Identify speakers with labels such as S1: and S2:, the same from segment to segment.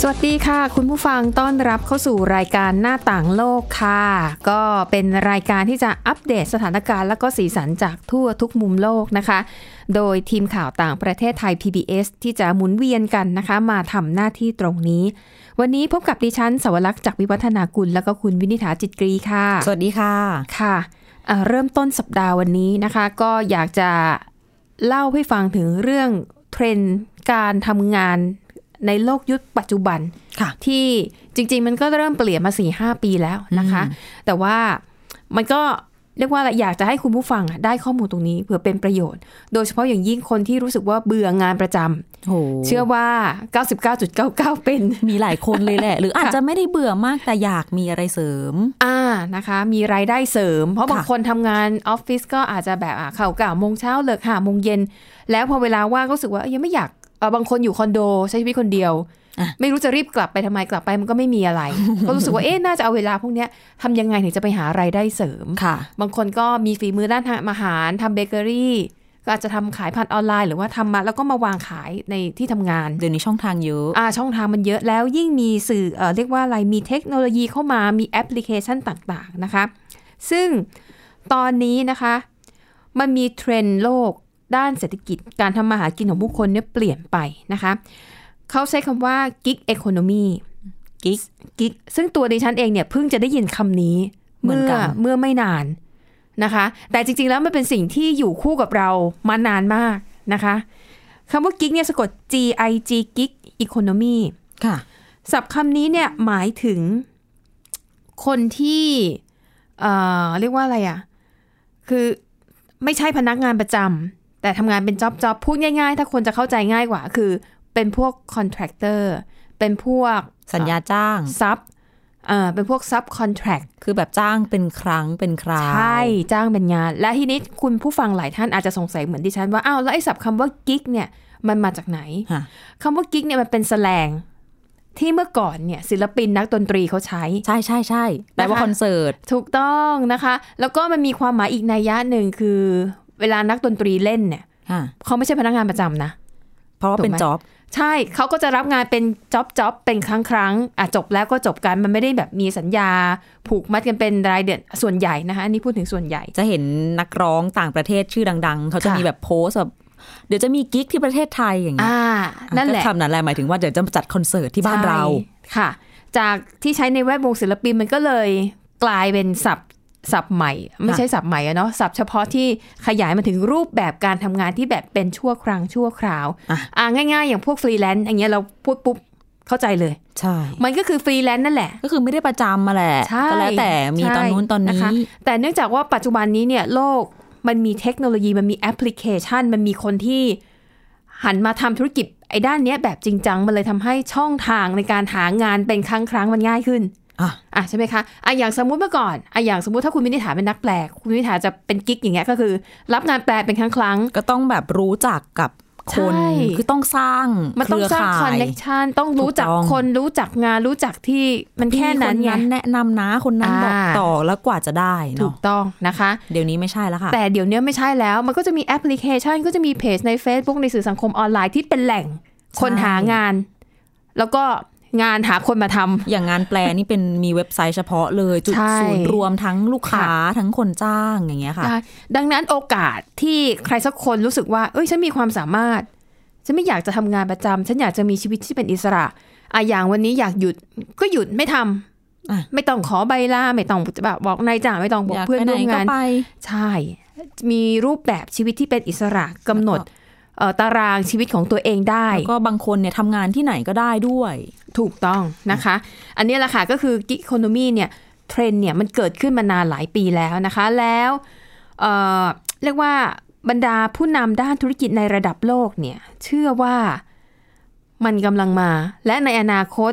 S1: สวัสดีค่ะ คุณผู้ฟังต้อนรับเข้าสู่รายการหน้าต่างโลกค่ะ ก็เป็นรายการที่จะอัปเดตสถานการณ์และก็สีสันจากทั่วทุกมุมโลกนะคะ โดยทีมข่าวต่างประเทศไทย PBS ที่จะหมุนเวียนกันนะคะ มาทำหน้าที่ตรงนี้ วันนี้พบกับดิฉันสวรักษ์จากวิวัฒนากุลแล้วก็คุณวินิษฐาจิตกรีค่ะ
S2: สวัสดีค่ะ
S1: ค่ะเอ่อเริ่มต้นสัปดาห์วันนี้นะคะ ก็อยากจะเล่าให้ฟังถึงเรื่องเทรนด์การทำงานในโลกยุคปัจจุบัน
S2: ค่ะ
S1: ที่จริง ๆ มันก็เริ่มเปลี่ยนมา4ี่หปีแล้วนะคะ แต่ว่ามันก็เรียกว่าอะไรอยากจะให้คุณผู้ฟังอะได้ข้อมูลตรงนี้เผื่อเป็นประโยชน์ โดยเฉพาะอย่างยิ่งคนที่รู้สึกว่าเบื่องานประจำ
S2: โห
S1: เชื่อว่า 99.99 เป็น
S2: มีหลายคนเลยแหละ หรืออาจ
S1: ค่ะ
S2: จะไม่ได้เบื่อมากแต่อยากมีอะไรเสริม
S1: อ่านะคะ มีรายได้เสริม เพราะ
S2: ค่ะ
S1: บางคนทำงานออฟฟิศก็อาจจะแบบอ่ะเข่าเก่าโมงเช้าเลิกหาโมงเย็น แล้วพอเวลาว่างก็รู้สึกว่าเอ้ยยังไม่อยากเอ่อบางคนอยู่คอนโดใช้ชีวิตคนเดียว ไม่รู้จะรีบกลับไปทำไมกลับไปมันก็ไม่มี อะไร ก็รู้สึกว่าเอ๊ะน่าจะเอาเวลาพวกเนี้ยทำยังไงถึงจะไปหารายได้เสริม
S2: ค่ะ
S1: บางคนก็มีฝีมือด้านอาหารทำเบเกอรี่ก็อาจจะทำขายผ่านออนไลน์หรือว่าทำมาแล้วก็มาวางขายในที่ทำงาน
S2: เดี๋ยวนี้ช่องทางเยอะ
S1: อ่าช่องทางมันเยอะแล้วยิ่งมีสื่อเอ่อเรียกว่าอะไรมีเทคโนโลยีเข้ามามีแอปพลิเคชันต่างๆนะคะ ซึ่งตอนนี้นะคะ มันมีเทรนด์โลกด้านเศรษฐกิจการทำมาหากินของผู้คนเนี่ยเปลี่ยนไปนะคะ เขาใช้คำว่า gig economy
S2: กิ๊ก
S1: กิกซึ่งตัวดิฉันเองเนี่ยเพิ่งจะได้ยินคำนี้
S2: เหมือนกัน
S1: เมื่อไม่นานนะคะ แต่จริงๆแล้วมันเป็นสิ่งที่อยู่คู่กับเรามานานมากนะคะคำว่ากิกเนี่ยสะกด G I G กิก economy
S2: ค่ะ
S1: ศัพท์คำนี้เนี่ยหมายถึงคนที่เอ่อเรียกว่าอะไรอะคือไม่ใช่พนักงานประจำแต่ทำงานเป็นจ็อบจ็อบพูดง่ายๆ ถ้าคนจะเข้าใจง่ายกว่า คือเป็นพวกคอนแทคเตอร์เป็นพวก
S2: สัญญาจ้าง
S1: ซับเอ่อเป็นพวกซับคอนแท c t
S2: คือแบบจ้างเป็นครั้งเป็นคราว
S1: ใช่จ้างเป็นงาน และทีนี้คุณผู้ฟังหลายท่านอาจจะสงสัยเหมือนดิฉันว่า อ้าว แล้วไอ้ศัพท์คำว่ากิ๊กเนี่ย มันมาจากไหน
S2: ค่ะ
S1: คำว่ากิ๊กเนี่ยมันเป็นสแสลง ที่เมื่อก่อนเนี่ย ศิลปินนักดนตรีเขาใช้
S2: ใช่ใช่ใช่แปลว่า
S1: นะคะ
S2: คอนเสิร์ต
S1: ถูกต้องนะคะ แล้วก็มันมีความหมายอีกนัยยะหนึ่งคือ เวลานักดนตรีเล่นเนี่ย
S2: ค่ะ
S1: เขาไม่ใช่พนักงานประจำนะ
S2: เพราะว่าเป็น
S1: ถูกไหม
S2: จ็อบ
S1: ใช่เขาก็จะรับงานเป็นจ็อบจ็อบเป็นครั้งครั้งอ่ะจบแล้วก็จบกันมันไม่ได้แบบมีสัญญา ผูกมัดกันเป็นรายเดือนส่วนใหญ่นะคะอันนี้พูดถึงส่วนใหญ่
S2: จะเห็นนักร้องต่างประเทศชื่อดัง ๆ เขาจะ
S1: ค่ะ
S2: มีแบบโพสต์แบบเดี๋ยวจะมีกิ๊กที่ประเทศไทยอย่างเงี้ย
S1: อ่า นั่นแหละ
S2: ก็คำนั้นแหละหมายถึงว่าเดี๋ยวจะจัดคอนเสิร์ตที่บ้านเรา
S1: ใช่ค่ะ จากที่ใช้ในแวดวงศิลปินมันก็เลยกลายเป็นศัพท์ศัพท์ใหม่ ไม่ใช่ศัพท์ใหม่อะเนาะศัพท์เฉพาะที่ขยายมาถึงรูปแบบการทำงานที่แบบเป็นชั่วครั้งชั่วคราว
S2: อ่ะ
S1: อ่าง่ายๆ อย่างพวกฟรีแลนซ์อย่างเงี้ยเราพูดปุ๊บเข้าใจเลย
S2: ใช่
S1: มันก็คือฟรีแลนซ์นั่นแหละ
S2: ก็คือไม่ได้ประจำมาแหละ
S1: ใช่
S2: ก็แล้วแต่มีตอนนู้นตอนนี้
S1: ใช่ะคะแต่เนื่องจากว่าปัจจุบันนี้เนี่ยโลกมันมีเทคโนโลยีมันมีแอปพลิเคชัน มันมีคนที่หันมาทำธุรกิจไอ้ด้านเนี้ยแบบจริงจัง มันเลยทำให้ช่องทางในการหางานเป็นครั้งครั้งมันง่ายขึ้น
S2: อ่ะ
S1: อ่ะใช่ไหมคะอ่ะอย่างสมมุติเมื่อก่อนอ่ะอย่างสมมุติถ้าคุณวินิษฐาเป็นนักแปลคุณวินิษฐาจะเป็นกิ๊กอย่างเงี้ยก็คือ รับงานแปลเป็นครั้งครั้ง
S2: ก็ต้องแบบรู้จักกับคน
S1: ใช่
S2: คือต้องสร้าง
S1: มันต้องสร้างคอนเน
S2: เน
S1: c t ชันต้องรู้จัก
S2: ถูกต้อง
S1: คนรู้จักงานรู้จักที่มันแค่
S2: แค่
S1: นั้
S2: นั้
S1: น
S2: น
S1: ไง
S2: นั้นแนะนำนะคนนั้น
S1: อ่า
S2: บอกต่อแล้วกว่าจะได้
S1: ถูก
S2: เนาะ
S1: ต้องนะคะ
S2: เดี๋ยวนี้ไม่ใช่แล้วค่ะ
S1: แต่เดี๋ยวเนี้ยไม่ใช่แล้ว มันก็จะมีแอปพลิเคชัน ก็จะมีเพจใน Facebook ในสื่อสังคมออนไลน์ที่เป็นแหล่งคนหางาน แล้วก็งานหาคนมาทำ
S2: อย่างงานแปลนี่เป็นมีเว็บไซต์เฉพาะเลย จุด
S1: ใช่
S2: ศูนย์รวมทั้งลูกค้า
S1: ค่ะ
S2: ทั้งคนจ้างอย่างเงี้ยค่ะ
S1: ได้ดังนั้นโอกาสที่ใครสักคนรู้สึกว่า เอ้ย ฉันมีความสามารถ ฉันไม่อยากจะทำงานประจำ ฉันอยากจะมีชีวิตที่เป็นอิสระอะอย่างวันนี้อยากหยุดก็หยุดไม่ทำ
S2: อ่ะ
S1: ไม่ต้องขอใบลาไม่ต้องแบบบอกนายจ้างไม่ต้องบอ
S2: อกยาก
S1: เพื่อน
S2: ไปไหน
S1: ร่วม
S2: ก็
S1: งาน
S2: ไป
S1: ใช่ มีรูปแบบชีวิตที่เป็นอิสระกำหนดเอ่อตารางชีวิตของตัวเองได้
S2: แล้วก็บางคนเนี่ยทำงานที่ไหนก็ได้ด้วย
S1: ถูกต้องนะคะ อันนี้แหละค่ะก็คือกิ c โคโนมีเนี่ยเทรนด์เนี่ยมันเกิดขึ้นมานานหลายปีแล้วนะคะ แล้วเอ่อเรียกว่าบรรดาผู้นำด้านธุรกิจในระดับโลกเนี่ยเชื่อว่ามันกำลังมา และในอนาคต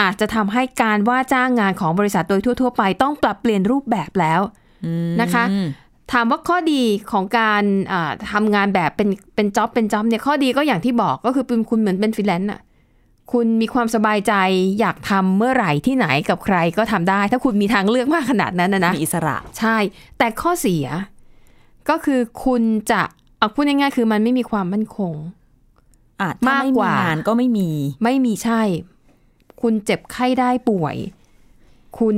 S1: อาจจะทำให้การว่าจ้างงานของบริษัทโดยทั่ว ๆ ไปต้องปรับเปลี่ยนรูปแบบแล้วนะคะ ถามว่าข้อดีของการอ่าทำงานแบบเป็นเป็นจ็อบเป็นจ็อบเนี่ยข้อดีก็อย่างที่บอกก็คือเป็นคุณเหมือนเป็นฟรีแลนซ์อ่ะ คุณมีความสบายใจอยากทำเมื่อไหร่ที่ไหนกับใครก็ทำได้ ถ้าคุณมีทางเลือกมากขนาดนั้นนะนะ
S2: มีอิสระ
S1: ใช่ แต่ข้อเสียก็คือคุณจะเอาพูดง่ายๆคือมันไม่มีความมั่นคง
S2: อ่ะถ้าม
S1: าก
S2: ไม่
S1: ก
S2: มี
S1: ว่า
S2: งานก็ไม่มี
S1: ไม่มีใช่ คุณเจ็บไข้ได้ป่วย คุณ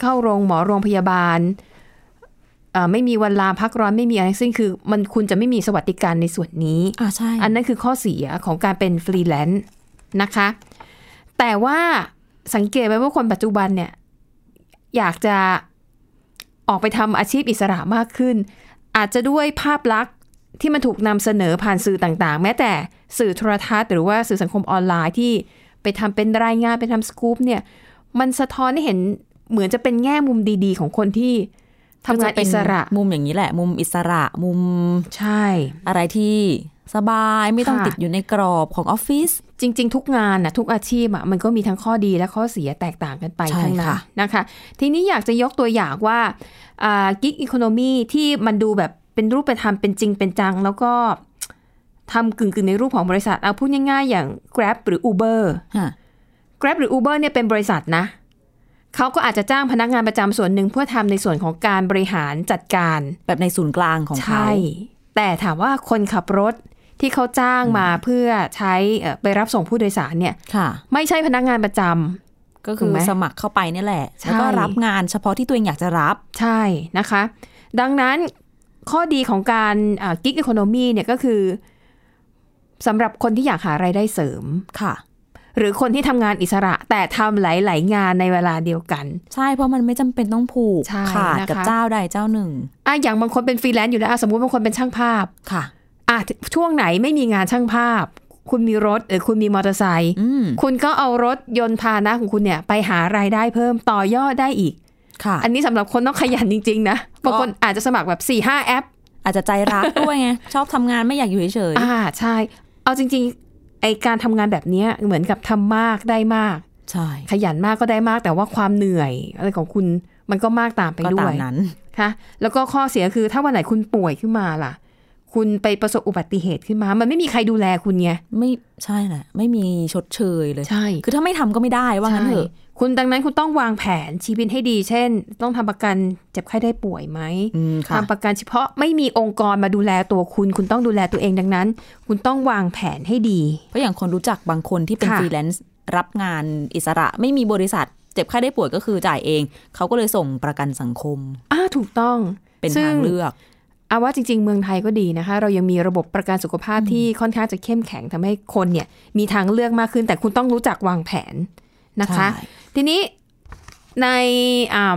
S1: เข้าโรงหมอโรงพยาบาลเอ่อไม่มีวันลาพักร้อนไม่มีอะไรทั้งสิ้นคือ มันคุณจะไม่มีสวัสดิการในส่วนนี้
S2: อ่ะใช่
S1: อันนั้นคือข้อเสียของการเป็นฟรีแลนซ์นะคะ แต่ว่าสังเกตไหมว่าคนปัจจุบันเนี่ย อยากจะออกไปทำอาชีพอิสระมากขึ้น อาจจะด้วยภาพลักษณ์ที่มันถูกนำเสนอผ่านสื่อต่างๆ แม้แต่สื่อโทรทัศน์หรือว่าสื่อสังคมออนไลน์ที่ไปทำเป็นรายงานไปทำสกู๊ปเนี่ย มันสะท้อนให้เห็นเหมือนจะเป็นแง่มุมดีๆ ของคนที่ทำงานอิสระ
S2: ก็จเป็นมุมอย่างนี้แหละ มุมอิสระมุม
S1: ใช่
S2: อะไรที่สบายไม่ต้อง
S1: ค่ะ
S2: ติดอยู่ในกรอบของออฟฟิศ
S1: จริง ๆ ทุกงานนะทุกอาชีพอะมันก็มีทั้งข้อดีและข้อเสียแตกต่างกันไป
S2: ใช่
S1: ทั้งนั้น
S2: ค่ะ
S1: นะคะ ทีนี้อยากจะยกตัวอย่างว่ากิ๊กอีโคโนมีที่มันดูแบบเป็นรูปธรรมเป็นจริงเป็นจัง แล้วก็ทำกึ่งๆ ในรูปของบริษัท เอาพูดง่ายๆ อย่าง Grab หรือ Uber
S2: ฮะ
S1: Grab หรือ Uber เนี่ยเป็นบริษัทนะ เขาก็อาจจะจ้างพนักงานประจำส่วนหนึ่งเพื่อทำในส่วนของการบริหารจัดการ
S2: แบบในศูนย์กลางของเขา
S1: ใช่ แต่ถามว่าคนขับรถที่เขาจ้างมาเพื่อใช้เอ่อไปรับส่งผู้โดยสารเนี่ย
S2: ค่ะ
S1: ไม่ใช่พนักงานประจำ
S2: ก็คื
S1: ถู
S2: อก
S1: ไหม
S2: สมัครเข้าไปเนี่ยแหละ
S1: ใช่
S2: แล้วก็รับงานเฉพาะที่ตัวเองอยากจะรับ
S1: ใช่นะคะ ดังนั้นข้อดีของการกิ๊กอีโคโนมีเนี่ยก็คือสำหรับคนที่อยากหารายได้เสริม
S2: ค่ะ
S1: หรือคนที่ทำงานอิสระแต่ทำหลาย ๆ งานในเวลาเดียวกัน
S2: ใช่เพราะมันไม่จำเป็นต้องผูก
S1: ใช่
S2: ขาด
S1: นะคะ
S2: กับเจ้าใดเจ้าหนึ่ง
S1: อ่ะอย่างบางคนเป็นฟรีแลนซ์อยู่แล้วอ่ะสมมติบางคนเป็นช่างภาพ
S2: ค่ะ
S1: อ่ะช่วงไหนไม่มีงานช่างภาพ คุณมีรถหรือคุณมีมอเตอร์ไซค์
S2: อืม
S1: คุณก็เอารถยนต์พาหนะของคุณเนี่ยไปหารายได้เพิ่มต่อยอดได้อีก
S2: ค่ะ
S1: อันนี้สำหรับคนต้องขยันจริง ๆ นะบางคนอาจจะสมัครแบบ4ี่ห้าแอป
S2: อาจจะใจรักด้วย ไง ชอบทำงานไม่อยากอยู่เฉย
S1: อ่าใช่ เอาจริงๆไอการทำงานแบบเนี้ยเหมือนกับทำมากได้มาก
S2: ๆใช่
S1: ขยันมากก็ได้มากแต่ว่าความเหนื่อยอะไรของคุณมันก็มากตามไป
S2: ก็
S1: ด้
S2: ตาว ม
S1: ย
S2: นั้น
S1: ค่ะแล้วก็ข้อเสียคือถ้าวันไหนคุณป่วยขึ้นมาล่ะ คุณไปประสบอุบัติเหตุขึ้นมา มันไม่มีใครดูแลคุณไง
S2: ไม่ใช่แหละไม่มีชดเชยเลย
S1: ใช่
S2: คือถ้าไม่ทำก็ไม่ได้ว่างั้นเถอะ
S1: คุณดังนั้นคุณต้องวางแผนชีวิตให้ดี เช่น ต้องทำประกันเจ็บไข้ได้ป่วยไหม
S2: อืมค่ะ
S1: ทำประกันเฉพาะไม่มีองค์กรมาดูแลตัวคุณ คุณต้องดูแลตัวเองดังนั้น คุณต้องวางแผนให้ดี
S2: เพราะอย่างคนรู้จักบางคนที่เป็น
S1: ค่ะ
S2: ฟรีแลนซ์รับงานอิสระไม่มีบริษัท เจ็บไข้ได้ป่วยก็คือจ่ายเอง เขาก็เลยส่งประกันสังคม
S1: อ่าถูกต้อง
S2: เป็น
S1: ซึ่ง
S2: ทางเลือก
S1: เอาว่าจริง ๆ เมืองไทยก็ดีนะคะ เรายังมีระบบประกันสุขภาพที่ค่อนข้างจะเข้มแข็งทำให้คนเนี่ยมีทางเลือกมากขึ้น แต่คุณต้องรู้จักวางแผนนะคะ
S2: ใช่
S1: ทีนี้ในอ่า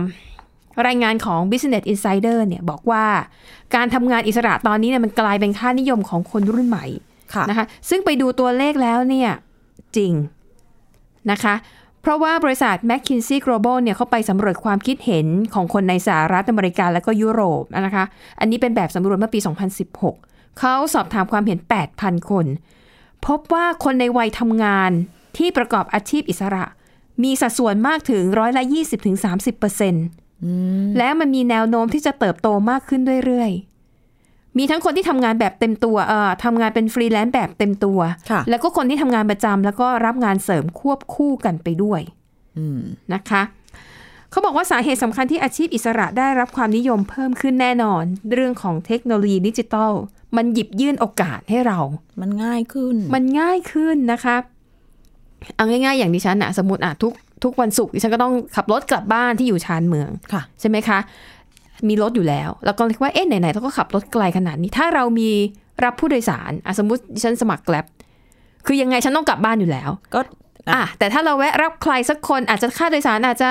S1: รายงานของ Business Insider เนี่ยบอกว่าการทำงานอิสระตอนนี้เนี่ยมันกลายเป็นค่านิยมของคนรุ่นใหม่
S2: ค่ะ
S1: นะคะซึ่งไปดูตัวเลขแล้วเนี่ยจริงนะคะ เพราะว่าบริษัท McKinsey Global เนี่ยเขาไปสำรวจความคิดเห็นของคนในสหรัฐอเมริกาและก็ยุโรปนะคะ อันนี้เป็นแบบสำรวจเมื่อปี 2016 เขาสอบถามความเห็น 8,000 คน พบว่าคนในวัยทำงานที่ประกอบอาชีพอิสระ มีสัดส่วนมากถึงร้อยละ20-30%และมันมีแนวโน้มที่จะเติบโตมากขึ้นเรื่อยๆ มีทั้งคนที่ทำงานแบบเต็มตัว เอ่อทำงานเป็นฟรีแลนซ์แบบเต็มตัว
S2: ค่ะ
S1: แล้วก็คนที่ทำงานประจำแล้วก็รับงานเสริมควบคู่กันไปด้วย
S2: อืม
S1: นะคะ เขาบอกว่าสาเหตุสำคัญที่อาชีพอิสระได้รับความนิยมเพิ่มขึ้นแน่นอน เรื่องของเทคโนโลยีดิจิทัล มันหยิบยื่นโอกาสให้เรา
S2: มันง่ายขึ้น
S1: มันง่ายขึ้นนะคะ เอาง่ายๆ อย่างดิฉันอะสมมติอะทุกทุกวันศุกร์ดิฉันก็ต้องขับรถกลับบ้านที่อยู่ชานเมือง
S2: ค่ะ
S1: ใช่ไหมคะ มีรถอยู่แล้ว แล้วก็คิดว่า เอ๊ะ ไหนๆเราก็ขับรถไกลขนาดนี้ ถ้าเรามีรับผู้โดยสารอ่ะสมมติดิฉันสมัครแกลบคือยังไงฉันต้องกลับบ้านอยู่แล้ว
S2: ก็ อ่ะ
S1: อ่ะ แต่ถ้าเราแวะรับใครสักคนอาจจะค่าโดยสารอาจจะ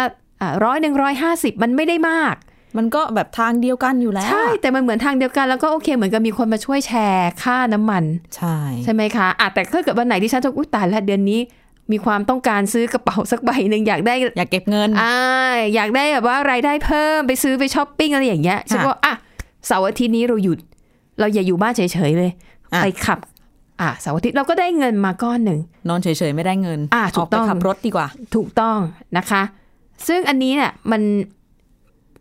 S1: ร้อยหนึ่งร้อยห้าสิบมันไม่ได้มาก
S2: มันก็แบบทางเดียวกันอยู่แล้ว
S1: ใช่
S2: อะ
S1: แต่มันเหมือนทางเดียวกัน แล้วก็โอเค เหมือนกับมีคนมาช่วยแชร์ค่าน้ำมัน
S2: ใช่
S1: ใช่ไหมคะอ่ะแต่ถ้าเกิดวันไหนที่ฉันจะอุ้ยตายละเดือนนี้ มีความต้องการซื้อกระเป๋าสักใบหนึ่งอยากได้
S2: อยากเก็บเงิน
S1: อ่าอยากได้แบบว่ารายได้เพิ่มไปซื้อไปช้อปปิ้งอะไรอย่างเงี้ยฉันก็อ่ะเสาร์อาทิตย์นี้เราหยุด เราอย่าอยู่บ้านเฉยๆเลย
S2: อ่ะ
S1: ไปขับ อ่ะเสาร์อาทิตย์เราก็ได้เงินมาก้อนหนึ่ง
S2: นอนเฉยๆไม่ได้เงิน
S1: อ่ะถูก
S2: ออกไป
S1: ต้อง
S2: ขับรถดีกว่า
S1: ถูกต้องนะคะ ซึ่งอันนี้เนี่ยมัน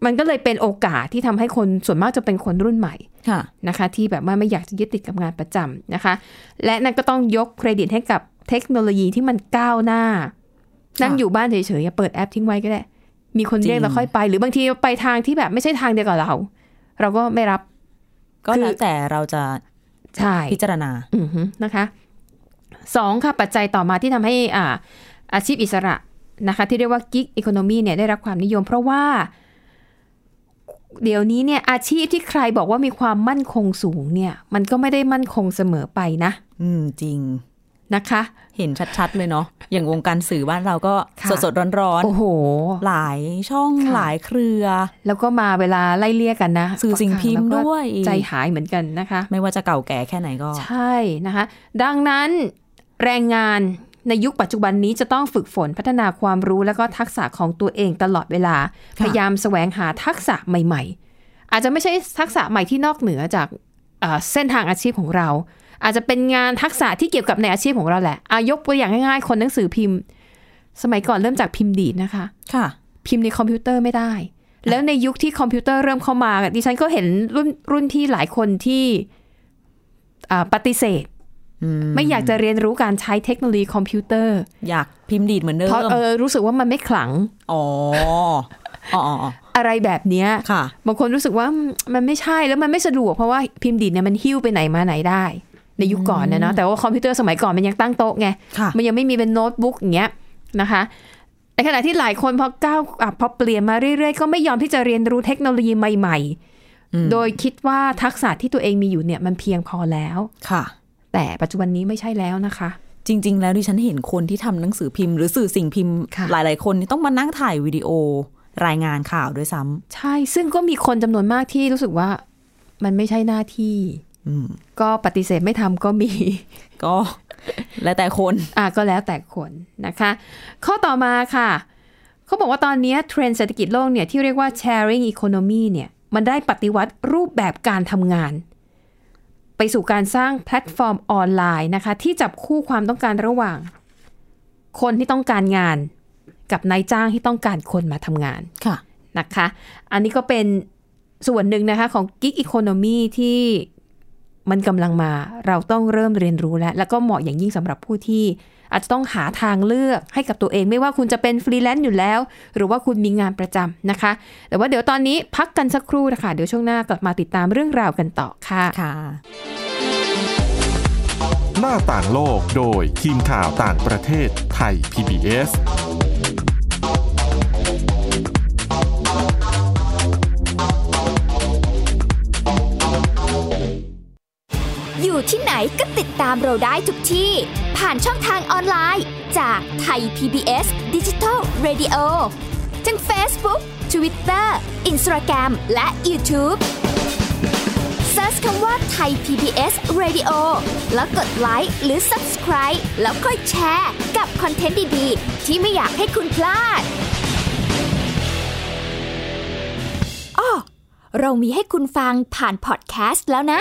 S1: มันก็เลยเป็นโอกาสที่ทำให้คนส่วนมากจะเป็นคนรุ่นใหม่
S2: ค่ะ
S1: นะคะที่แบบว่าไม่อยากจะยึดติดกับงานประจำนะคะ และนั่นก็ต้องยกเครดิตให้กับ เทคโนโลยีที่มันก้าวหน้า
S2: ค่ะ
S1: นั่งอยู่บ้านเฉยๆอย่าเปิดแอปทิ้งไว้ก็ได้ มีคนเรีย
S2: จริ
S1: ก
S2: ง
S1: เราค่อยไป หรือบางทีไปทางที่แบบไม่ใช่ทางเดียวกับเรา เราก็ไม่รับ
S2: ก็แล้วแต่เราจะ
S1: ใช่
S2: พิจารณา
S1: อือฮึนะคะสองค่ะปัจจัยต่อมาที่ทำให้อ่าอาชีพอิสระนะคะ ที่เรียกว่ากิ๊กอีโคโนมีเนี่ยได้รับความนิยม เพราะว่า เดี๋ยวนี้เนี่ยอาชีพที่ใครบอกว่ามีความมั่นคงสูงเนี่ย มันก็ไม่ได้มั่นคงเสมอไปนะ
S2: อืมจริง
S1: นะคะ
S2: เห็นชัดๆ เลยเนาะ อย่างวงการสื่อบ้านเราก็
S1: ค่ะ
S2: สดๆ ร้อน
S1: โอ้โห
S2: ๆ หลายช่อง
S1: ค่ะ
S2: หลายเครือ
S1: แล้วก็มาเวลาไล่เลี่ยกันนะ
S2: สื่อสิ่งพิมพ์
S1: แล้วก็
S2: ด้วย
S1: ใจหายเหมือนกันนะคะ
S2: ไม่ว่าจะเก่าแก่แค่ไหนก็
S1: ใช่นะคะ ดังนั้นแรงงานในยุคปัจจุบันนี้จะต้องฝึกฝนพัฒนาความรู้และก็ทักษะของตัวเองตลอดเวลา พ
S2: ค่ะ
S1: ยายามแสวงหาทักษะใหม่ๆ อาจจะไม่ใช่ทักษะใหม่ที่นอกเหนือจากเอ่อเส้นทางอาชีพของเรา อาจจะเป็นงานทักษะที่เกี่ยวกับในอาชีพของเราแหละอายกตัวอย่างง่ายๆ คนหนังสือพิมพ์ สมัยก่อนเริ่มจากพิมพ์ดีดนะคะ
S2: ค่ะ
S1: พิมพ์ในคอมพิวเตอร์ไม่ได้ แล้วในยุคที่คอมพิวเตอร์เริ่มเข้ามาดิฉันก็เห็นรุ่นรุ่นที่หลายคนที่อ่าปฏิเสธ
S2: อืม
S1: ไม่อยากจะเรียนรู้การใช้เทคโนโลยีคอมพิวเตอร์
S2: อยากพิมพ์ดีดเหมือนเดิม
S1: เพราะเออรู้สึกว่ามันไม่ขลัง
S2: อ๋ออ๋ออ๋ออ๋อ
S1: อะไรแบบเนี้ย
S2: ค่ะ
S1: บางคนรู้สึกว่าอืมมันไม่ใช่แล้วมันไม่สะดวกเพราะว่าพิมพ์ดีดเนี่ยมันหิ้วไปไหนมาไหนได้ ในยุคก่อนนะเนาะแต่ว่าคอมพิวเตอร์สมัยก่อนมันยังตั้งโต๊ะไง
S2: ค่ะ
S1: มันยังไม่มีเป็นโน้ตบุ๊กอย่างเงี้ยนะคะในขณะที่หลายคนพอก้าวอ่ะพอเปลี่ยนมาเรื่อยๆ ก็ไม่ยอมที่จะเรียนรู้เทคโนโลยีใหม่
S2: อืม
S1: ๆ โดยคิดว่าทักษะที่ตัวเองมีอยู่เนี่ยมันเพียงพอแล้ว
S2: ค่ะ
S1: แต่ปัจจุบันนี้ไม่ใช่แล้วนะคะ
S2: จริง ๆ แล้วดิฉันเห็นคนที่ทำหนังสือพิมพ์หรือสื่อสิ่งพิมพ์
S1: ค่ะ
S2: หลาย ๆ คนนี่ต้องมานั่งถ่ายวิดีโอรายงานข่าวด้วยซ้ำ
S1: ใช่ซึ่งก็มีคนจำนวนมากที่รู้สึกว่ามันไม่ใช่หน้าที่
S2: อืม
S1: ก็ปฏิเสธไม่ทำก็มี
S2: ก็ แล้วแต่คน
S1: อ่ะก็แล้วแต่คนนะคะ ข้อต่อมาค่ะ เขาบอกว่าตอนนี้เทรนด์เศรษฐกิจโลกเนี่ยที่เรียกว่า sharing economy เนี่ยมันได้ปฏิวัติรูปแบบการทำงาน ไปสู่การสร้างแพลตฟอร์มออนไลน์นะคะ ที่จับคู่ความต้องการระหว่าง คนที่ต้องการงานกับนายจ้างที่ต้องการคนมาทำงาน
S2: ค่ะ
S1: นะคะ อันนี้ก็เป็นส่วนหนึ่งนะคะของ Gig Economy ที่มันกำลังมา เราต้องเริ่มเรียนรู้แล้ว แล้วก็เหมาะอย่างยิ่งสำหรับผู้ที่ อาจจะต้องหาทางเลือกให้กับตัวเอง ไม่ว่าคุณจะเป็นฟรีแลนซ์อยู่แล้ว หรือว่าคุณมีงานประจำนะคะ แต่ว่าเดี๋ยวตอนนี้พักกันสักครู่นะคะเดี๋ยวช่วงหน้ากลับมาติดตามเรื่องราวกันต่อค่ะ
S2: ค่ะ
S3: หน้าต่างโลกโดยทีมข่าวต่างประเทศไทย PBS
S4: อยู่ที่ไหนก็ติดตามเราได้ทุกที่ ผ่านช่องทางออนไลน์ จากไทย PBS Digital Radio ทั้ง Facebook Twitter Instagram และ YouTube Search คำว่าไทย PBS Radio แล้วกดไลค์หรือ Subscribe แล้วค่อยแชร์ กับคอนเทนต์ดี ๆ ที่ไม่อยากให้คุณพลาดอ้อเรามีให้คุณฟังผ่านพอดแคสต์แล้วนะ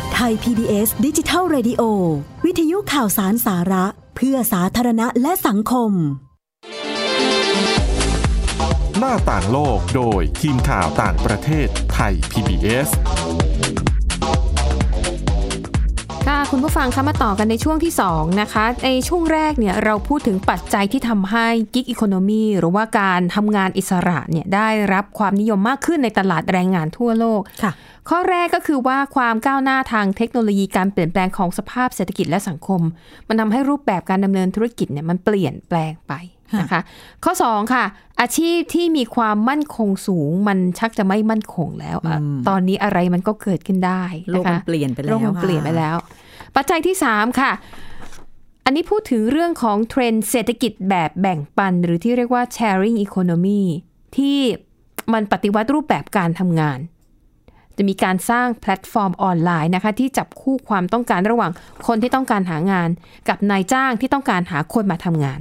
S5: ไทย PBS ดิจิทัล Radio วิทยุข่าวสารสาระ เพื่อสาธารณะและสังคม
S3: หน้าต่างโลกโดยทีมข่าวต่างประเทศไทย PBS
S1: ค่ะคุณผู้ฟังคะมาต่อกันในช่วงที่ 2 นะคะ ในช่วงแรกเนี่ยเราพูดถึงปัจจัยที่ทำให้กิ๊กอีโคโนมีหรือว่าการทำงานอิสระเนี่ยได้รับความนิยมมากขึ้นในตลาดแรงงานทั่วโลก
S2: ค่ะ
S1: ข้อแรกก็คือว่าความก้าวหน้าทางเทคโนโลยีการเปลี่ยนแปลงของสภาพเศรษฐกิจและสังคม มันทำให้รูปแบบการดำเนินธุรกิจเนี่ยมันเปลี่ยนแปลงไปนะคะ ข้อ 2 ค่ะ อาชีพที่มีความมั่นคงสูง มันชักจะไม่มั่นคงแล้วอะ
S2: อืม
S1: ตอนนี้อะไรมันก็เกิดขึ้นได้
S2: โลก
S1: นะคะ
S2: มันเปลี่ยนไปแล้ว
S1: โลกมันเปลี่ยนไป
S2: ค่ะ
S1: แล้ว ปัจจัยที่ 3 ค่ะ อัน นนี้พูดถึงเรื่องของเทรนด์เศรษฐกิจแบบแบ่งปัน หรือที่เรียกว่า sharing economy ที่มันปฏิวัติรูปแบบการทำงาน จะมีการสร้างแพลตฟอร์มออนไลน์นะคะ ที่จับคู่ความต้องการระหว่างคนที่ต้องการหางาน กับนายจ้างที่ต้องการหาคนมาทำงาน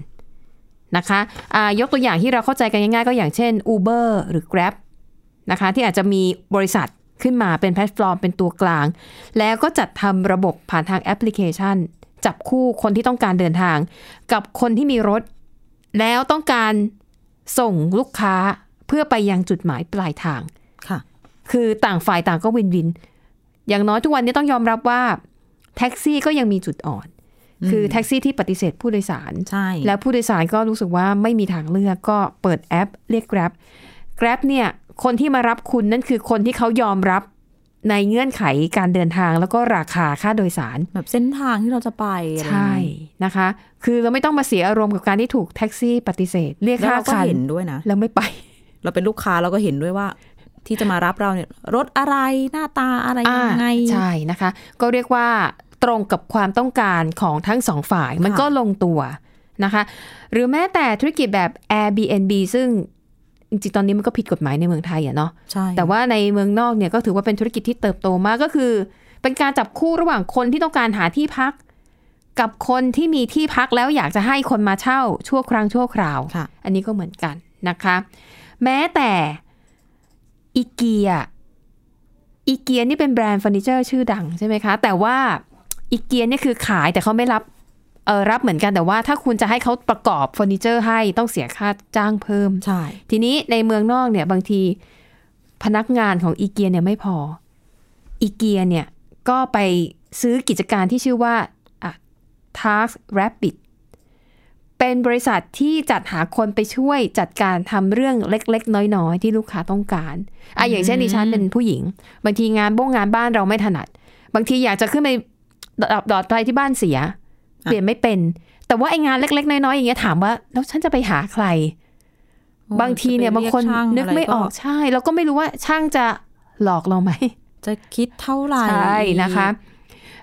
S1: นะคะอ่ายกตัวอย่างที่เราเข้าใจกันง่ายๆ ก็อย่างเช่น Uber หรือ Grab นะคะที่อาจจะมีบริษัทขึ้นมาเป็นแพลตฟอร์มเป็นตัวกลาง แล้วก็จัดทำระบบผ่านทางแอปพลิเคชัน จับคู่คนที่ต้องการเดินทาง กับคนที่มีรถ แล้วต้องการส่งลูกค้าเพื่อไปยังจุดหมายปลายทาง
S2: ค่ะ
S1: คือต่างฝ่ายต่างก็วินวิน อย่างน้อยทุกวันนี้ต้องยอมรับว่า แท็กซี่ก็ยังมีจุดอ่อน คือแท็กซี่ที่ปฏิเสธผู้โดยสาร
S2: ใช่
S1: แล้วผู้โดยสารก็รู้สึกว่าไม่มีทางเลือกก็เปิดแอปเรียก Grab Grab เนี่ย คนที่มารับคุณนั่นคือคนที่เขายอมรับในเงื่อนไขการเดินทางแล้วก็ราคาค่าโดยสาร
S2: แบบเส้นทางที่เราจะไปอะไรอย่าง
S1: ใช่
S2: เงี้ย
S1: นะคะ คือเราไม่ต้องมาเสียอารมณ์กับการที่ถูกแท็กซี่ปฏิเสธ เรียก
S2: แล้ว
S1: ค่า
S2: เราก็
S1: คัน
S2: เห็นด้วยนะ
S1: แล้วไม่ไป
S2: เราเป็นลูกค้าเราก็เห็นด้วยว่า ที่จะมารับเราเนี่ย รถอะไรหน้าตาอะไรยังไง
S1: อ่าใช่นะคะ ก็เรียกว่าตรงกับความต้องการของทั้งสองฝ่ายมันก็ลงตัวนะคะ หรือแม้แต่ธุรกิจแบบ Airbnb ซึ่งจริงๆตอนนี้มันก็ผิดกฎหมายในเมืองไทยอะเนาะ
S2: ใช่
S1: แต่ว่าในเมืองนอกเนี่ยก็ถือว่าเป็นธุรกิจที่เติบโตมากก็คือ เป็นการจับคู่ระหว่างคนที่ต้องการหาที่พัก กับคนที่มีที่พักแล้วอยากจะให้คนมาเช่าชั่วครั้งชั่วคราว
S2: ค่ะ
S1: อันนี้ก็เหมือนกันนะคะ แม้แต่อีเกียอีเกียนี่เป็นแบรนด์เฟอร์นิเจอร์ชื่อดังใช่ไหมคะ แต่ว่าอีเกียเนี่ยคือขายแต่เขาไม่รับเออรับเหมือนกันแต่ว่าถ้าคุณจะให้เขาประกอบเฟอร์นิเจอร์ให้ต้องเสียค่าจ้างเพิ่ม
S2: ใช่
S1: ทีนี้ในเมืองนอกเนี่ยบางทีพนักงานของอีเกียเนี่ยไม่พออีเกียเนี่ยก็ไปซื้อกิจการที่ชื่อว่าอ่ะ Task Rabbit เป็นบริษัทที่จัดหาคนไปช่วยจัดการทำเรื่องเล็ก ๆ น้อย ๆ ที่ลูกค้าต้องการอ่ะอย่างเช่นดิฉันเป็นผู้หญิง บางทีงานบ้งงานบ้านเราไม่ถนัด บางทีอยากจะขึ้นไปดอดดอดไฟที่บ้านเสีย เปลี่ยนไม่เป็น แต่ว่าไองานเล็ก ๆ น้อยๆอย่างเงี้ยถามว่าแล้วฉันจะไปหาใคร
S2: โอ้
S1: บางทีเนี่ย
S2: จะไป
S1: บางคน
S2: เรียกช่าง
S1: นึกไม่ออก
S2: อะไรก็
S1: ใช่ แล้วก็ไม่รู้ว่าช่างจะหลอกเราไหม
S2: จะคิดเท่าไหร่
S1: ใช่นะคะ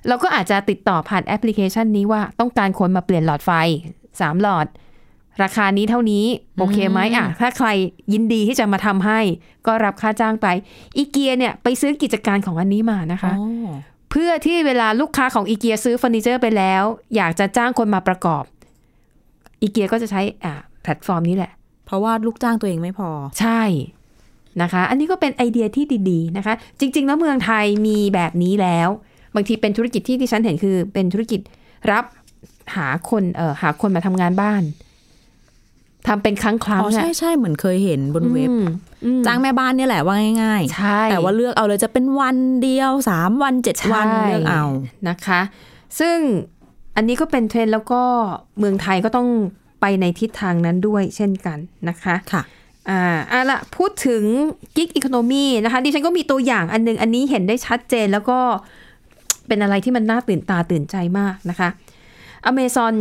S1: เราก็อาจจะติดต่อผ่านแอปพลิเคชันนี้ว่าต้องการคนมาเปลี่ยนหลอดไฟสามหลอด ราคานี้เท่านี้ โอเคไหมอ่ะถ้าใครยินดีที่จะมาทำให้ ก็รับค่าจ้างไปอีเกียเนี่ยไปซื้อกิจการของอันนี้มานะคะ
S2: อ๋อ
S1: เพื่อที่เวลาลูกค้าของอีเกียซื้อเฟอร์นิเจอร์ไปแล้ว อยากจะจ้างคนมาประกอบอีเกียก็จะใช้อ่าแพลตฟอร์มนี้แหละ
S2: เพราะว่าลูกจ้างตัวเองไม่พอ
S1: ใช่นะคะ อันนี้ก็เป็นไอเดียที่ดีๆนะคะ จริง ๆ แล้วเมืองไทยมีแบบนี้แล้ว บางทีเป็นธุรกิจที่ที่ฉันเห็นคือ เป็นธุรกิจรับหาคนเอ่อหาคนมาทำงานบ้านทำเป็นครั้งครั้ง
S2: อ๋อใช่ใช่เหมือนเคยเห็นบนเว็บ จ้างแม่บ้านเนี่ยแหละว่าง่าย
S1: ใช่
S2: ๆ แต่ว่าเลือกเอาเลยจะเป็นวันเดียวสามวันเจ็ดวัน
S1: ใช่
S2: เลือกเอา
S1: นะคะ ซึ่งอันนี้ก็เป็นเทรนด์แล้วก็เมืองไทยก็ต้องไปในทิศทางนั้นด้วยเช่นกันนะคะ
S2: ค่ะ
S1: อ่าเอาละพูดถึงกิ๊กอีโคโนมีนะคะดิฉันก็มีตัวอย่างอันหนึง อันนี้เห็นได้ชัดเจนแล้วก็เป็นอะไรที่มันน่าตื่นตาตื่นใจมากนะคะอเมซอน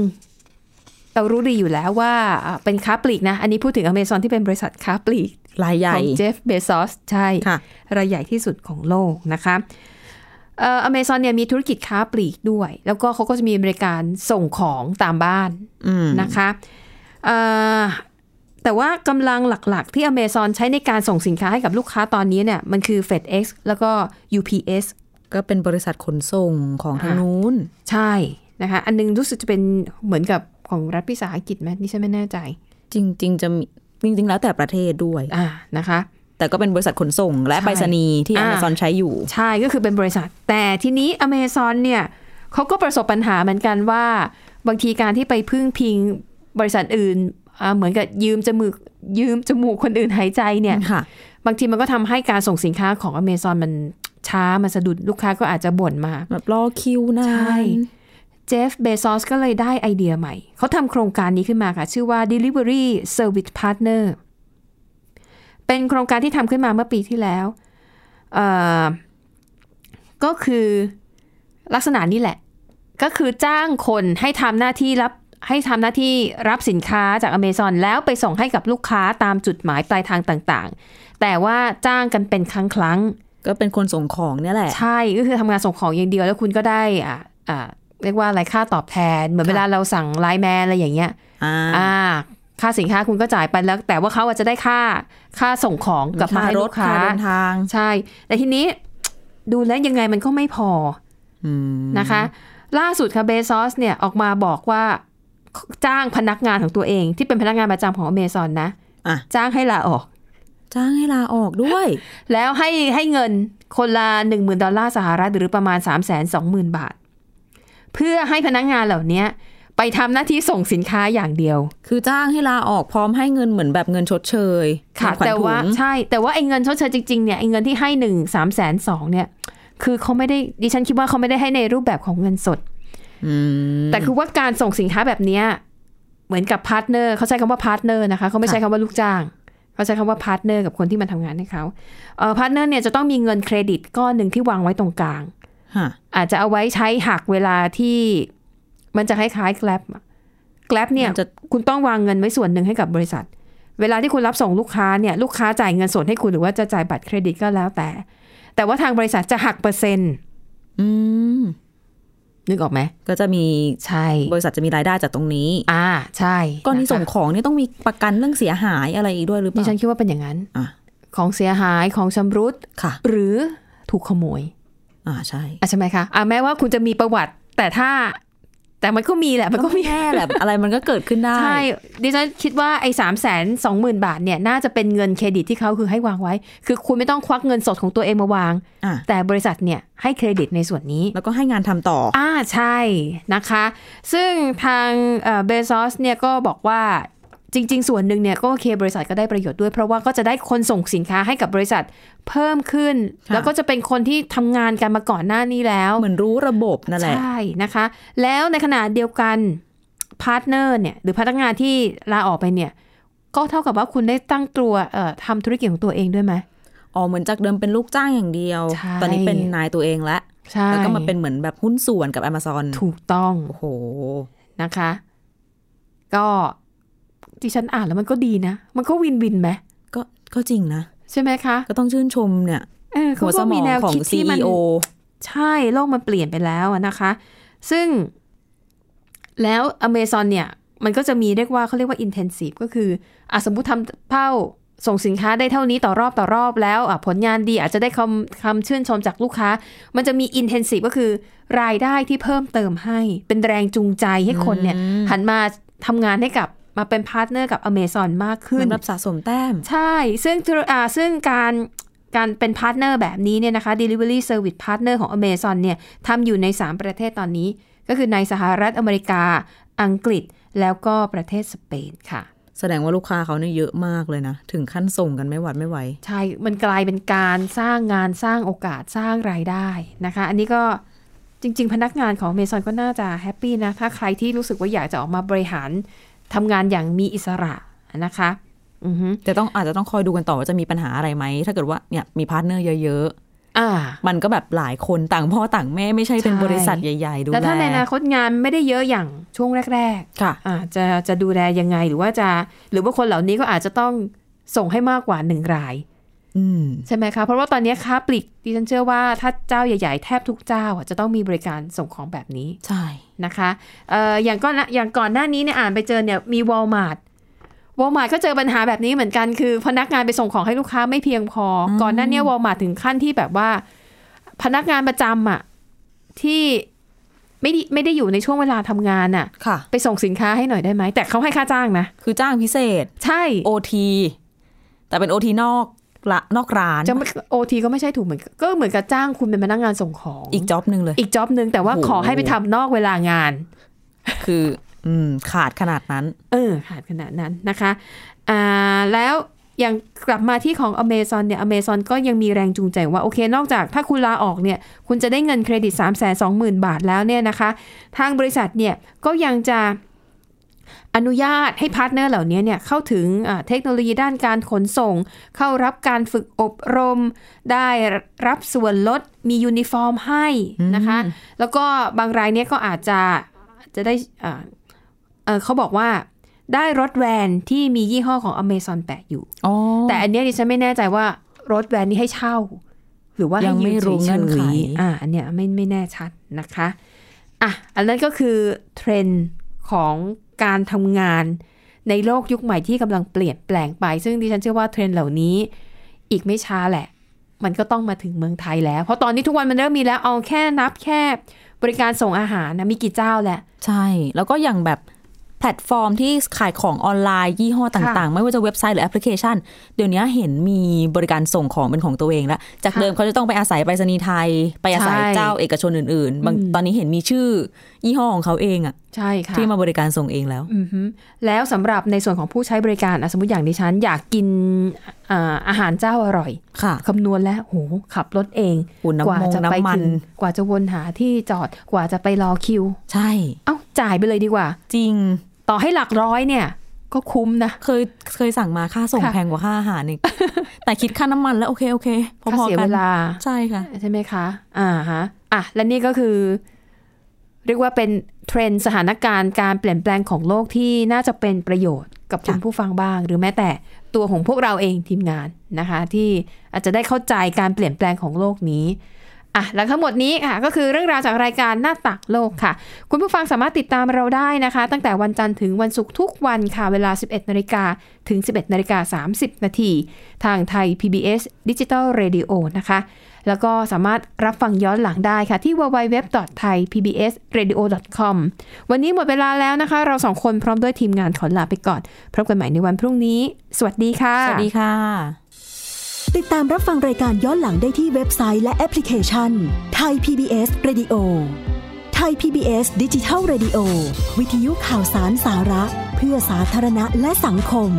S1: เรารู้ดีอยู่แล้วว่าอ่าเป็นค้าปลีกนะ อันนี้พูดถึงอเมซอนที่เป็นบริษัทค้าปลีก
S2: รายใหญ่
S1: ของเจฟเบซอสใช่
S2: ค่ะ
S1: รายใหญ่ที่สุดของโลกนะคะเอ่ออเมซอนเนี่ยมีธุรกิจค้าปลีกด้วย แล้วก็เขาก็จะมีบริการส่งของตามบ้าน
S2: อืม
S1: นะคะเอ่อแต่ว่ากำลังหลักๆ ที่ Amazon ใช้ในการส่งสินค้าให้กับลูกค้าตอนนี้เนี่ยมันคือ FedEx แล้วก็ UPS
S2: ก็เป็นบริษัทขนส่งของทาง
S1: อ่ะ
S2: นู้น
S1: ใช่นะคะ อันนึงรู้สึกจะเป็นเหมือนกับของรัฐวิสาหกิจไหมนี่ฉันไม่แน่ใจ
S2: จริง ๆ จะมีจริง ๆ แล้วแต่ประเทศด้วย
S1: อ่านะคะ
S2: แต่ก็เป็นบริษัทขนส่งและ
S1: ใช่
S2: ไปรษณีย์ที่
S1: อ่ะ
S2: Amazon ใช้อยู่
S1: ใช่ก็คือเป็นบริษัท แต่ทีนี้ Amazon เนี่ยเขาก็ประสบปัญหาเหมือนกันว่า บางทีการที่ไปพึ่งพิงบริษัทอื่นอ่าเหมือนกับยืมจมูกยืมจมูกคนอื่นหายใจเนี่ย
S2: ค่ะ
S1: บางทีมันก็ทำให้การส่งสินค้าของ Amazon มันช้ามันสะดุดลูกค้าก็อาจจะบ่นมา
S2: แบบรอคิวนาน
S1: ใช่ เจฟเบซอสก็เลยได้ไอเดียใหม่ เขาทำโครงการนี้ขึ้นมาค่ะ ชื่อว่า Delivery Service Partner เป็นโครงการที่ทำขึ้นมาเมื่อปีที่แล้วเอ่อก็คือลักษณะนี้แหละ ก็คือจ้างคนให้ทำหน้าที่รับให้ทำหน้าที่รับสินค้าจาก Amazon แล้วไปส่งให้กับลูกค้าตามจุดหมายปลายทางต่างๆ แต่ว่าจ้างกันเป็นครั้งครั้งๆ
S2: ก็เป็นคนส่งของเนี่ยแหละ
S1: ใช่ก็คือทำงานส่งของอย่างเดียวแล้วคุณก็ได้อ่าอ่า เรียกว่าอะไรค่าตอบแทน เหมือน
S2: ค่ะ
S1: เวลาเราสั่งไลน์แมนอะไรอย่างเงี้ย
S2: อ่า
S1: อ่า ค่าสินค้าคุณก็จ่ายไปแล้ว แต่ว่าเขาอาจจะได้ค่าค่าส่งของกลับมาให้ลูกค้า
S2: ค่ารถค่าเดินทาง
S1: ใช่ แต่ทีนี้ ดูแล้วยังไงมันก็ไม่พอ
S2: อืม
S1: นะคะ ล่าสุดค่ะเบซอสเนี่ยออกมาบอกว่าจ้างพนักงานของตัวเอง ที่เป็นพนักงานประจำของอเมซอนนะ
S2: อ่ะ
S1: จ้างให้ลาออก
S2: จ้างให้ลาออกด้วย
S1: แล้วให้ให้เงินคนละ 1 0,000 ดอลลาร์สหรัฐหรือประมาณ 3 2 0 0 0 0 บาท เพื่อให้พนักงานเหล่านี้ไปทำหน้าที่ส่งสินค้าอย่างเดียว
S2: คือจ้างให้ลาออกพร้อมให้เงินเหมือนแบบเงินชดเชย
S1: ค่ะ
S2: เงินขญ
S1: แต่ว่า
S2: ถุง
S1: ใช่ แต่ว่าไอ้เงินชดเชยจริงๆเนี่ยไอ้เงินที่ให้หนึ่งสามแสนสองเนี่ย คือเขาไม่ได้ดิฉันคิดว่าเขาไม่ได้ให้ในรูปแบบของเงินสด
S2: อืม
S1: แต่คือว่าการส่งสินค้าแบบเนี้ยเหมือนกับพาร์ทเนอร์เขาใช้คำว่าพาร์ทเนอร์นะคะเขาไม่ใช้คำว่าลูกจ้างเขาใช้คำว่าพาร์ทเนอร์กับคนที่มาทำงานให้เขาเอ่อพาร์ทเนอร์เนี่ยจะต้องมีเงินเครดิตก้อนหนึ่งที่วางไว้ตรงกลาง
S2: ฮะ
S1: อาจจะเอาไว้ใช้หักเวลาที่มันจะคล้ายๆ Grab อะ Grab เนี่ย
S2: มันจะ
S1: คุณต้องวางเงินไว้ส่วนหนึ่งให้กับบริษัท เวลาที่คุณรับส่งลูกค้าเนี่ยลูกค้าจ่ายเงินสดให้คุณหรือว่าจะจ่ายบัตรเครดิตก็แล้วแต่ แต่ว่าทางบริษัทจะหักเปอร์เซ็นต์
S2: อืม
S1: นึกออกไหม
S2: ก็จะมี
S1: ใช่
S2: บริษัทจะมีรายได้จากตรงนี้
S1: อ่าใช่
S2: กรณี
S1: ะคะ
S2: ส่งของนี่ต้องมีประกันเรื่องเสียหายอะไรอีกด้วยหรือเป
S1: ดิ
S2: ล่า
S1: ฉันคิดว่าเป็นอย่างนั้น
S2: อ่ะ
S1: ของเสียหายของชำรุด
S2: ค่ะ
S1: หรือถูกขโมย
S2: อ่าใช่
S1: อ่ะใช่ไหมคะอ่ะแม้ว่าคุณจะมีประวัติ แต่ถ้า แต่มันก็มีแหละมันก็มี
S2: แน่แหละ อะไรมันก็เกิดขึ้นได้
S1: ใช่ ดิฉันคิดว่าไอ้สามแสนสองหมื่นบาทเนี่ยน่าจะเป็นเงินเครดิตที่เขาคือให้วางไว้ คือคุณไม่ต้องควักเงินสดของตัวเองมาวาง
S2: อ่ะ
S1: แต่บริษัทเนี่ยให้เครดิตในส่วนนี้
S2: แล้วก็ให้งานทำต่อ
S1: อ่าใช่นะคะ ซึ่งทางเบซอสเนี่ยก็บอกว่าจริง ๆ ส่วนหนึ่งเนี่ยก็โอเคบริษัทก็ได้ประโยชน์ด้วย เพราะว่าก็จะได้คนส่งสินค้าให้กับบริษัทเพิ่มขึ้น
S2: ค่ะ
S1: แล้วก็จะเป็นคนที่ทำงานกันมาก่อนหน้านี้แล้ว
S2: เหมือนรู้ระบบนั่นแหละ
S1: ใช่นะคะ แล้วในขณะเดียวกันพาร์ทเนอร์เนี่ยหรือพนักงานที่ลาออกไปเนี่ย ก็เท่ากับว่าคุณได้ตั้งตัวเอ่อทำธุรกิจของตัวเองด้วยไหม
S2: อ๋อเหมือนจากเดิมเป็นลูกจ้างอย่างเดียว
S1: ใช่
S2: ตอนนี้เป็นนายตัวเองแล้ว
S1: ใช่
S2: แล้วก็มาเป็นเหมือนแบบหุ้นส่วนกับ Amazon
S1: ถูกต้อง
S2: โอ้โห
S1: นะคะ ก็ดิฉันอ่านแล้วมันก็ดีนะ มันก็วินวินไหม
S2: ก็ก็จริงนะ
S1: ใช่ไหมคะ
S2: ก็ต้องชื่นชมเนี่ย
S1: เออเขา
S2: หัวส
S1: ก็
S2: ม
S1: มี
S2: อง
S1: แนว
S2: ของ
S1: คิดที่มัน
S2: CEO
S1: ใช่โลกมันเปลี่ยนไปแล้วอะนะคะ ซึ่งแล้วอเมซอนเนี่ย มันก็จะมีเรียกว่าเขาเรียกว่า intensive ก็คืออ่ะสมมุติทำเท่าส่งสินค้าได้เท่านี้ต่อรอบต่อรอบแล้วอ่ะผลงานดีอาจจะได้คำคำชื่นชมจากลูกค้า มันจะมี intensive ก็คือรายได้ที่เพิ่มเติมให้ เป็นแรงจูงใจให้คนเนี่ย หันมาทำงานให้กับมาเป็นพาร์ทเนอร์กับอเมซอนมาก
S2: เห
S1: ขึ้
S2: มื
S1: น
S2: อนแบบสะสมแต้ม
S1: ใช่ ซึ่งธุรอ่าซึ่งการการเป็นพาร์ทเนอร์แบบนี้เนี่ยนะคะ Delivery Service Partner ของ Amazon เนี่ยทำอยู่ใน 3 ประเทศตอนนี้ ก็คือในสหรัฐอเมริกา อังกฤษ แล้วก็ประเทศสเปนค่ะ
S2: แสดงว่าลูกค้าเขาเนี่ยเยอะมากเลยนะ ถึงขั้นส่งกันไม่หวัดไม่ไหว
S1: ใช่ มันกลายเป็นการสร้างงานสร้างโอกาสสร้างรายได้นะคะ อันนี้ก็จริง ๆ พนักงานของ Amazon ก็น่าจะแฮปปี้นะ ถ้าใครที่รู้สึกว่าอยากจะออกมาบริหารทำงานอย่างมีอิสระนะคะ อือฮึ
S2: แต่ต้องอาจจะต้องคอยดูกันต่อว่าจะมีปัญหาอะไรไหม ถ้าเกิดว่าเนี่ยมีพาร์ทเนอร์เยอะ
S1: อ่า
S2: ๆ มันก็แบบหลายคนต่างพ่อต่างแม่ไม่ใช่เป็น
S1: ใช่
S2: บริษัทใหญ่ ๆ ดูแล
S1: แล้วถ้าในอนาคตงานไม่ได้เยอะอย่างช่วงแรก
S2: ค่ะ
S1: ๆอ่าจะจะดูแลยังไงหรือว่าจะ หรือว่าคนเหล่านี้ก็อาจจะต้องส่งให้มากกว่าหนึ่งราย
S2: อืม
S1: ใช่ไหมคะ เพราะว่าตอนนี้ค้าปลีกดิฉันเชื่อว่าถ้าเจ้าใหญ่ๆ แทบทุกเจ้าอ่ะจะต้องมีบริการส่งของแบบนี้
S2: ใช่
S1: นะคะเอ่ออย่างก่อนอย่างก่อนหน้านี้เนี่ยอ่านไปเจอเนี่ยมีวอลมาร์ทวอลมาร์ทก็เจอปัญหาแบบนี้เหมือนกันคือพนักงานไปส่งของให้ลูกค้าไม่เพียงพออก่อนหน้าเนี้วอลมาร์ทถึงขั้นที่แบบว่า พนักงานประจำอ่ะที่ไม่ได้ไม่ได้อยู่ในช่วงเวลาทำงานอ่ะ
S2: ค่ะ
S1: ไปส่งสินค้าให้หน่อยได้ไหม แต่เขาให้ค่าจ้างนะ
S2: คือจ้างพิเศษ
S1: ใช่
S2: OT แต่เป็น OT นอกละนอกร้าน
S1: จะโอทีก็ไม่ใช่ถูกเหมือนกันก็เหมือนกับจ้างคุณเป็นพนักงานส่งของ
S2: อีกจ็อบหนึ่งเลย
S1: อีกจ็อบหนึ่งแต่ว่า
S2: โอ้โห
S1: ขอให้ไปทำนอกเวลางาน
S2: คือ อืม ขาดขนาดนั้น
S1: เออขาดขนาดนั้นนะคะอ่าแล้วอย่างกลับมาที่ของ Amazon เนี่ย Amazon ก็ยังมีแรงจูงใจว่า โอเคนอกจากถ้าคุณลาออกเนี่ย คุณจะได้เงินเครดิต 3 2 0 0 0 0 บาทแล้วเนี่ยนะคะ ทางบริษัทเนี่ย ก็ยังจะอนุญาตให้พาร์ทเนอร์เหล่านี้เนี่ย เข้าถึงอ่าเทคโนโลยีด้านการขนส่ง เข้ารับการฝึกอบรม ได้รับส่วนลดมียูนิฟอร์มให้นะคะ แล้วก็บางรายเนี่ยก็อาจจะจะได้อ่า เอ่อเขาบอกว่าได้รถแวนที่มียี่ห้อของ Amazon แปะอยู่
S2: อ๋อ
S1: แต่อันเนี้ยดิฉันไม่แน่ใจว่ารถแวนนี้ให้เช่า หรือว่าให้
S2: ยังไม่
S1: ยื
S2: รู้
S1: เฉยๆ
S2: เงื่อนไข
S1: อ่าอันเนี้ยไม่ไม่แน่ชัดนะคะ อ่ะ อันนั้นก็คือเทรนด์ของการทำงานในโลกยุคใหม่ที่กำลังเปลี่ยนแปลงไป ซึ่งดิฉันเชื่อว่าเทรนด์เหล่านี้ อีกไม่ช้าแหละ มันก็ต้องมาถึงเมืองไทยแล้ว เพราะตอนนี้ทุกวันมันเริ่มมีแล้วเอาแค่นับแค่บริการส่งอาหารนะมีกี่เจ้าแหละ
S2: ใช่ แล้วก็อย่างแบบแพลตฟอร์มที่ขายของออนไลน์ยี่ห้อต่างๆ ไม่ว่าจะเว็บไซต์หรือแอปพลิเคชัน เดี๋ยวนี้เห็นมีบริการส่งของเป็นของตัวเองแล้ว จาก
S1: ค่ะ
S2: เดิมเขาจะต้องไปอาศัยไปรษณีย์ไทย ไปอาศัย
S1: ใช่
S2: เจ้าเอกชนอื่นๆบางตอนนี้เห็นมีชื่อยี่ห้อของเขาเองอะ
S1: ใช่ค่ะ
S2: ที่มาบริการส่งเองแล้ว
S1: อือฮึแล้วสำหรับในส่วนของผู้ใช้บริการอ่ะสมมติอย่างดิฉันอยากกินอ่าอาหารเจ้าอร่อย
S2: ค่ะ
S1: คำนวณแล้วโหขับรถเอง
S2: โหน้ำ
S1: กว่าจะ
S2: มง
S1: ไป
S2: น้ำมัน
S1: ถึงกว่าจะวนหาที่จอดกว่าจะไปรอคิว
S2: ใช่
S1: เอ้าจ่ายไปเลยดีกว่า
S2: จริง
S1: ต่อให้หลักร้อยเนี่ย ก็คุ้มนะ
S2: เคยเคยสั่งมาค่าส่ง
S1: ค่ะ
S2: แพงกว่าค่าอาหาร อีกแต่คิดค่าน้ำมันแล้วโอเคโอเคพ
S1: ค่า
S2: อๆ
S1: เสีย
S2: กั
S1: เวน ลา
S2: ใช่ค่ะ
S1: ใช่ไหมคะ อ่าฮะ อ่ะ และนี่ก็คือ เรียกว่าเป็นเทรนด์สถานการณ์การเปลี่ยนแปลงของโลกที่น่าจะเป็นประโยชน์กับคุณ
S2: ค่ะ
S1: ผู้ฟังบ้าง หรือแม้แต่ตัวของพวกเราเองทีมงานนะคะ ที่อาจจะได้เข้าใจการเปลี่ยนแปลงของโลกนี้ อ่ะ และทั้งหมดนี้ค่ะ ก็คือเรื่องราวจากรายการหน้าตักโลกค่ะ คุณผู้ฟังสามารถติดตามเราได้นะคะ ตั้งแต่วันจันทร์ถึงวันศุกร์ทุกวันค่ะ เวลา 11นาฬิกาถึง 11นาฬิกา30 นาทีทางไทย PBS Digital Radio นะคะ แล้วก็สามารถรับฟังย้อนหลังได้ค่ะที่ www.thaipbsradio.com วันนี้หมดเวลาแล้วนะคะ เราสองคนพร้อมด้วยทีมงานขอลาไปก่อน พบกันใหม่ในวันพรุ่งนี้ สวัสดีค่ะ
S2: สวัสดีค่ะ
S5: ติดตามรับฟังรายการย้อนหลังได้ที่เว็บไซต์และแอปพลิเคชันไทย PBS Radio ไทย PBS ดิจิทัล Radio วิทยุข่าวสารสาระ เพื่อสาธารณะและสังคม